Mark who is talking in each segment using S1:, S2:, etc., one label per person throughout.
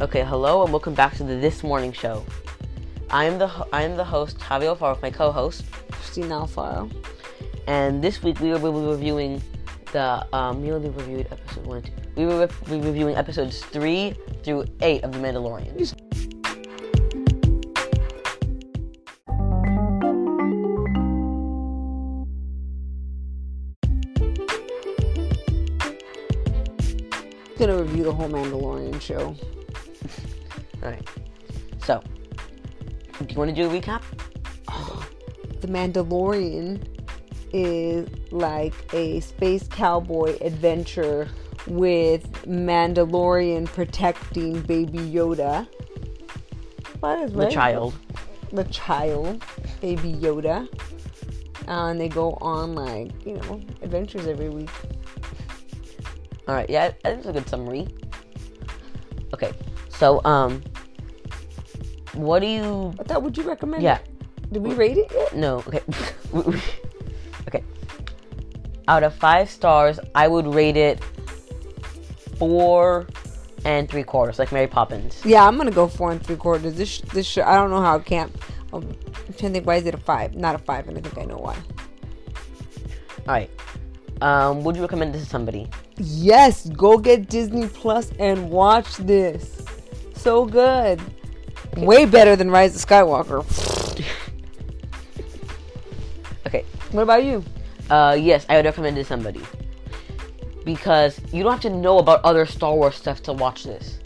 S1: Okay, hello and welcome back to the This Morning Show. I am the ho- I am the host Javier Alfaro with my co-host,
S2: Christine Alfaro.
S1: and this week we will be reviewing the um, we only reviewed episode one. Two. We will re- be reviewing episodes three through eight of The Mandalorian.
S2: Gonna review the whole Mandalorian show.
S1: All right. So, do you want to do a recap?
S2: The Mandalorian is like a space cowboy adventure with Mandalorian protecting baby Yoda. What is
S1: The child.
S2: the child, baby Yoda. Uh, and they go on like, you know, adventures every week.
S1: All right. Yeah, I I think it's a good summary. Okay. So, um, what do you?
S2: But that would you recommend?
S1: Yeah.
S2: Did we rate it yet?
S1: No, okay. okay. Out of five stars, I would rate it four and three quarters, like Mary Poppins.
S2: Yeah, I'm gonna go four and three quarters. This sh- this sh- I don't know how it can't. Um, I'm trying to think why is it a five, not a five, and I think I know why.
S1: All right. Um, would you recommend this to somebody?
S2: Yes, go get Disney Plus and watch this. So good, way better than Rise of Skywalker.
S1: Okay.
S2: What about you?
S1: Uh, yes, I would recommend it to somebody because you don't have to know about other Star Wars stuff to watch this.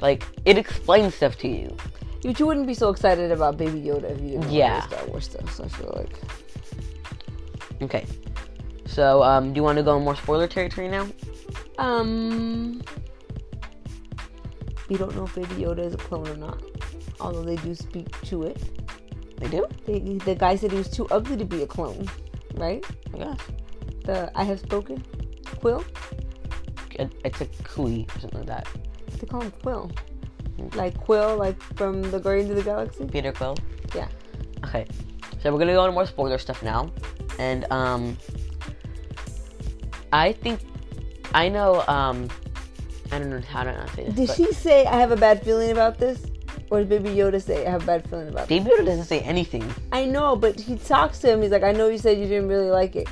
S1: Like it explains stuff to you.
S2: You two wouldn't be so excited about Baby Yoda if you didn't know
S1: Yeah.
S2: yeah. Star Wars stuff. So I feel like
S1: Okay. So, um, do you want to go in more spoiler territory now?
S2: um, we don't know if Baby Yoda is a clone or not, although they do speak to it.
S1: I do.
S2: They, the guy said he was too ugly to be a clone, right?
S1: Yeah.
S2: The I have spoken, Quill.
S1: It- It's a Kui or something like that.
S2: They call him Quill, like Quill, like from the Guardians of the Galaxy.
S1: Peter Quill.
S2: Yeah.
S1: Okay, so we're gonna go on more spoiler stuff now, and um, I think I know um, I don't know how to not say this.
S2: Did
S1: but
S2: she say I have a bad feeling about this, or did Baby Yoda say I have a bad feeling about this?
S1: Baby Yoda doesn't say anything.
S2: I know, but he talks to him. He's like, I know you said you didn't really like it.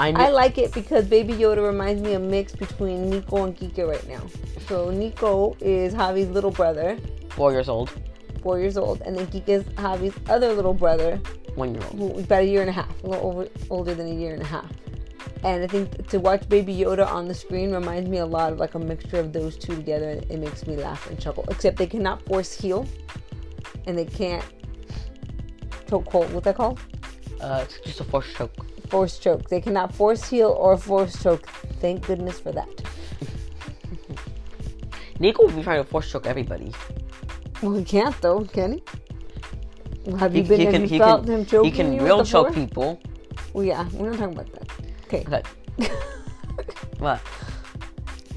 S1: I know.
S2: I like it because Baby Yoda reminds me a mix between Nico and Kike right now. So Nico is Javi's little brother,
S1: four years old,
S2: four years old, and then Kike is Javi's other little brother,
S1: one year old.
S2: who- about a year and a half, a little over, older than a year and a half. And I think to watch Baby Yoda on the screen reminds me a lot of like a mixture of those two together. and It makes me laugh and chuckle. Except they cannot force heal, and they can't choke hold. What that called?
S1: Uh, it's just a force choke.
S2: Force choke. They cannot force heal or force choke. Thank goodness for that.
S1: Nico will be trying to force choke everybody.
S2: Well, he can't though, can he? Have you
S1: He-
S2: been?
S1: he
S2: have
S1: can.
S2: you
S1: He
S2: felt
S1: can.
S2: him choking
S1: he can
S2: you with
S1: real
S2: the
S1: choke
S2: force?
S1: people.
S2: Well, yeah, we're not talking about that. Okay.
S1: Okay. What?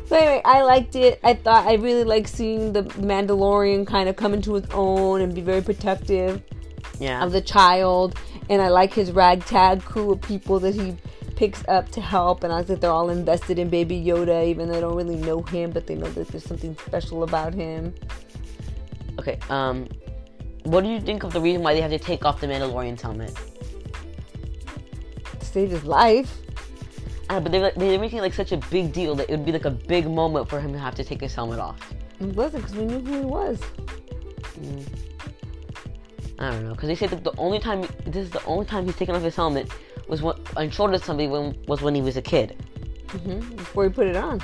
S2: So anyway, I liked it. I thought I really liked seeing the Mandalorian kind of come into his own and be very protective
S1: Yeah.
S2: of the child. And I like his ragtag crew of people that he picks up to help. And I like that they're all invested in Baby Yoda, even though they don't really know him, but they know that there's something special about him.
S1: Okay. Um, what do you think of the reason why they have to take off the Mandalorian's helmet?
S2: To save his life.
S1: Uh, but they're, like, they're making like such a big deal that it would be like a big moment for him to have to take his helmet off.
S2: It wasn't because we knew who he was.
S1: I don't know, because they said that the only time this is the only time he's taken off his helmet was when and shouldered somebody when was when he was a kid.
S2: hmm Before he put it on.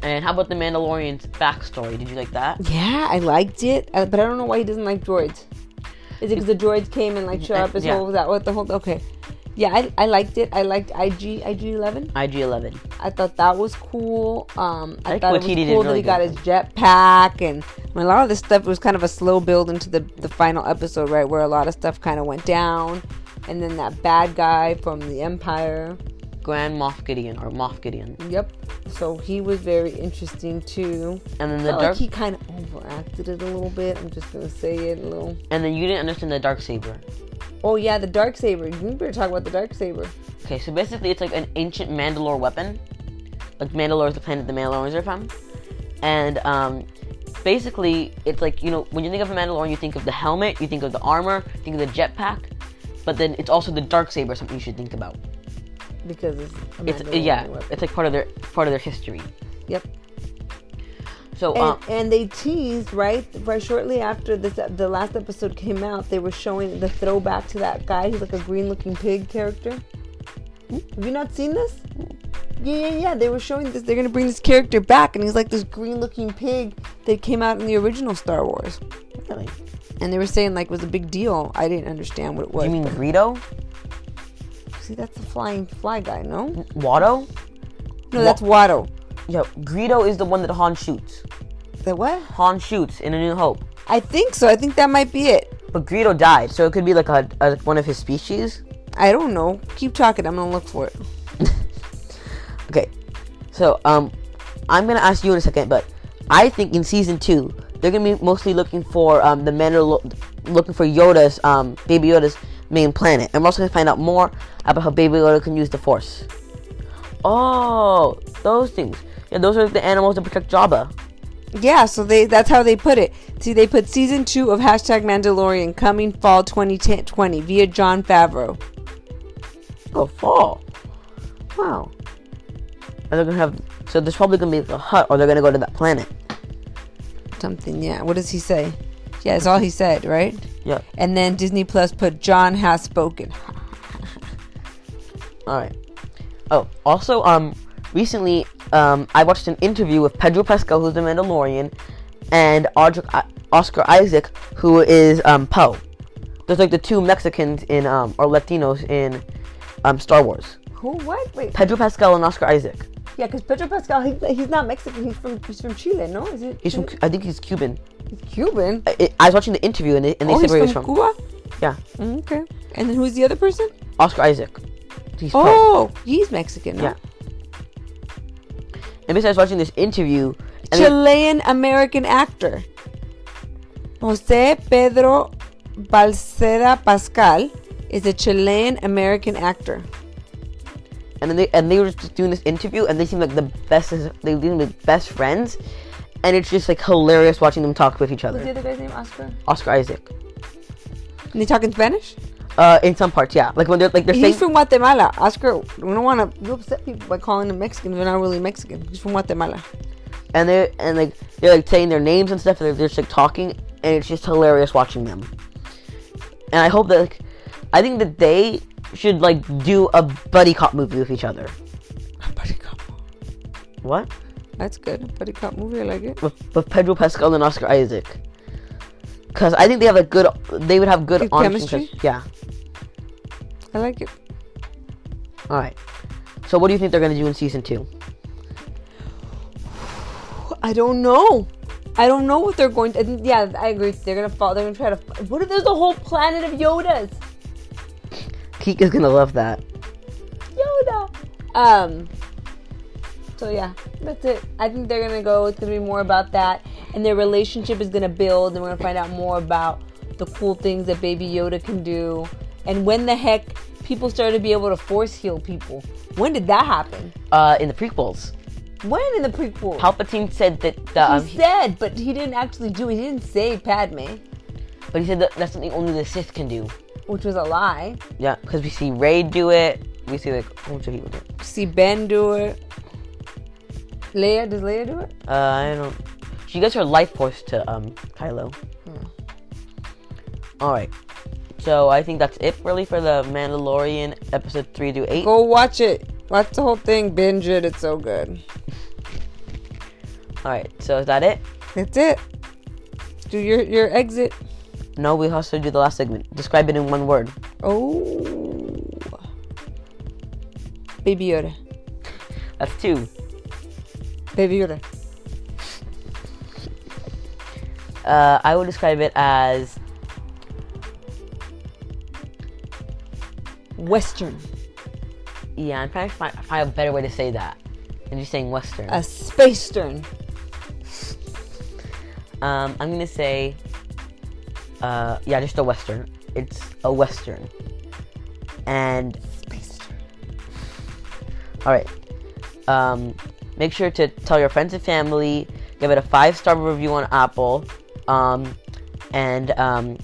S1: And how about the Mandalorian's backstory? Did you like that?
S2: Yeah, I liked it, uh, but I don't know why he doesn't like droids. Is it because the droids came and like showed up his
S1: Uh, Yeah.
S2: whole that what the whole okay? Yeah, I, I liked it. I liked IG IG Eleven.
S1: IG Eleven.
S2: I thought that was cool. Um, I,
S1: I think
S2: thought it was
S1: Waititi did
S2: cool that
S1: really
S2: he got
S1: good.
S2: his jetpack and I mean, a lot of this stuff was kind of a slow build into the the final episode, right, where a lot of stuff kind of went down, and then that bad guy from the Empire.
S1: Grand Moff Gideon or Moff Gideon.
S2: Yep. So he was very interesting too.
S1: And then
S2: I
S1: the
S2: felt
S1: dark
S2: like Oh, he kind of overacted it a little bit. I'm just gonna say it a little.
S1: and then you didn't understand the dark saber.
S2: Oh yeah, the dark saber. You better talk about the dark saber.
S1: Okay, so basically it's like an ancient Mandalore weapon. like Mandalore is the planet the Mandalorians are from, and um, basically it's like you know when you think of a Mandalorian, you think of the helmet, you think of the armor, you think of the jetpack, but then it's also the dark saber, something you should think about.
S2: because it's, a
S1: It's
S2: Mandalorian
S1: yeah,
S2: weapon.
S1: it's like part of their part of their history.
S2: yep.
S1: So
S2: And,
S1: um,
S2: and they teased right right shortly after this the last episode came out. They were showing the throwback to that guy who's like a green looking pig character. Have you not seen this? Yeah, yeah, yeah. They were showing this. They're gonna bring this character back, and he's like this green looking pig that came out in the original Star Wars.
S1: really,
S2: And they were saying like it was a big deal. I didn't understand what it was.
S1: you mean Greedo,
S2: See, that's the flying fly guy.
S1: Mm,
S2: No,
S1: Watto?
S2: no, that's Watto.
S1: Yo, Greedo is the one that Han shoots.
S2: The what?
S1: Han shoots in A New Hope,
S2: I think so. I think that might be it.
S1: but Greedo died, so it could be like a, a one of his species.
S2: I don't know. Keep talking. I'm gonna look for it.
S1: Okay, so um, I'm gonna ask you in a second, but I think in season two they're gonna be mostly looking for um the Mandalor, looking for Yoda's um Baby Yoda's main planet, and we're also gonna find out more about how Baby Yoda can use the Force. Oh, those things. Yeah, those are the animals that protect Jabba.
S2: Yeah, so they that's how they put it. See, they put season two of hashtag Mandalorian coming fall 2020 via John Favreau.
S1: Oh, fall. Wow. And they're gonna have. So there's probably gonna be like a hut, or they're gonna go to that planet.
S2: Something, yeah. What does he say? Yeah, that's all he said, right?
S1: Yeah.
S2: And then Disney Plus put John has spoken.
S1: All right. Oh, also, um, recently, um, I watched an interview with Pedro Pascal, who's the Mandalorian, and Audric, I- Oscar Isaac, who is um Poe. There's like the two Mexicans in um or Latinos in um Star Wars.
S2: Who? What? Wait.
S1: Pedro Pascal and Oscar Isaac.
S2: Yeah, because Pedro Pascal, he, he's not Mexican. He's from he's from Chile, no? Is it?
S1: He's from, I think he's Cuban.
S2: he's Cuban.
S1: I, I- I was watching the interview and they, and they
S2: oh,
S1: said
S2: he's
S1: where he
S2: from,
S1: was from.
S2: Cuba.
S1: Yeah,
S2: Mm, Okay. And then who's the other person?
S1: Oscar Isaac. He's Poe.
S2: Oh, he's Mexican. No?
S1: Yeah. And besides watching this interview, and then-
S2: Chilean American actor Jose Pedro Balcera Pascal is a Chilean American actor.
S1: and then they and they were just doing this interview and they seem like the best they seem like best friends and it's just like hilarious watching them talk with each other
S2: other guy's name Oscar? And
S1: oscar isaac
S2: they talk in Spanish?
S1: uh in some parts yeah like when they're like they're saying
S2: He's from Guatemala. Oscar, we don't want to you upset people by calling them Mexicans. They're not really Mexican. He's from Guatemala.
S1: and they and like they're like saying their names and stuff and they're, they're just like talking and it's just hilarious watching them and i hope that like i think that they should like do a buddy cop movie with each other
S2: Buddy cop.
S1: what
S2: That's good. Buddy cop movie. I like it.
S1: with, with pedro pascal and oscar isaac because i think they have a good they would have good,
S2: Good
S1: on-screen
S2: chemistry?
S1: chemistry. yeah
S2: I like it.
S1: All right. So what do you think they're gonna do in season two?
S2: I don't know. I don't know what they're going to. I think- Yeah, I agree. They're gonna fall. They're gonna try to. What if there's a whole planet of Yodas?
S1: Keek is gonna love that.
S2: Yoda. Um. So yeah, that's it. I think they're gonna go. It's gonna be more about that, and their relationship is gonna build, and we're gonna find out more about the cool things that Baby Yoda can do, and when the heck people started to be able to force heal people. When did that happen?
S1: Uh, in the prequels,
S2: When in the prequel?
S1: Palpatine said that the, um,
S2: he said, but he didn't actually do. it. He didn't say Padme,
S1: but he said that that's something only the Sith can do.
S2: which was a lie.
S1: Yeah, because we see Ray do it. We see like who much of people do. it.
S2: See Ben do it. Leia does Leia do it?
S1: Uh, I don't. She gives her life force to um Kylo. Hmm. All right. So I think that's it really for the Mandalorian episode three to eight.
S2: Go watch it. Watch the whole thing. Binge it. It's so good.
S1: All right. So is that it?
S2: That's it. Do your your exit.
S1: No, we also do the last segment. Describe it in one word.
S2: Oh. Baby Yoda.
S1: That's two.
S2: Baby Yoda.
S1: uh, I would describe it as
S2: Western.
S1: yeah. I'm trying to find, find a better way to say that than just saying Western.
S2: A space stern.
S1: um, I'm gonna say uh, yeah, just a Western. It's a Western. And
S2: Space stern.
S1: all right, um, Make sure to tell your friends and family. Give it a five star review on Apple. Um, and um,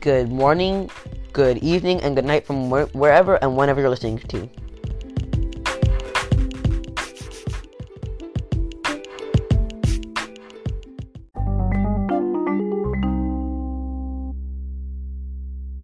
S1: good morning, good evening, and good night from where- wherever and whenever you're listening to.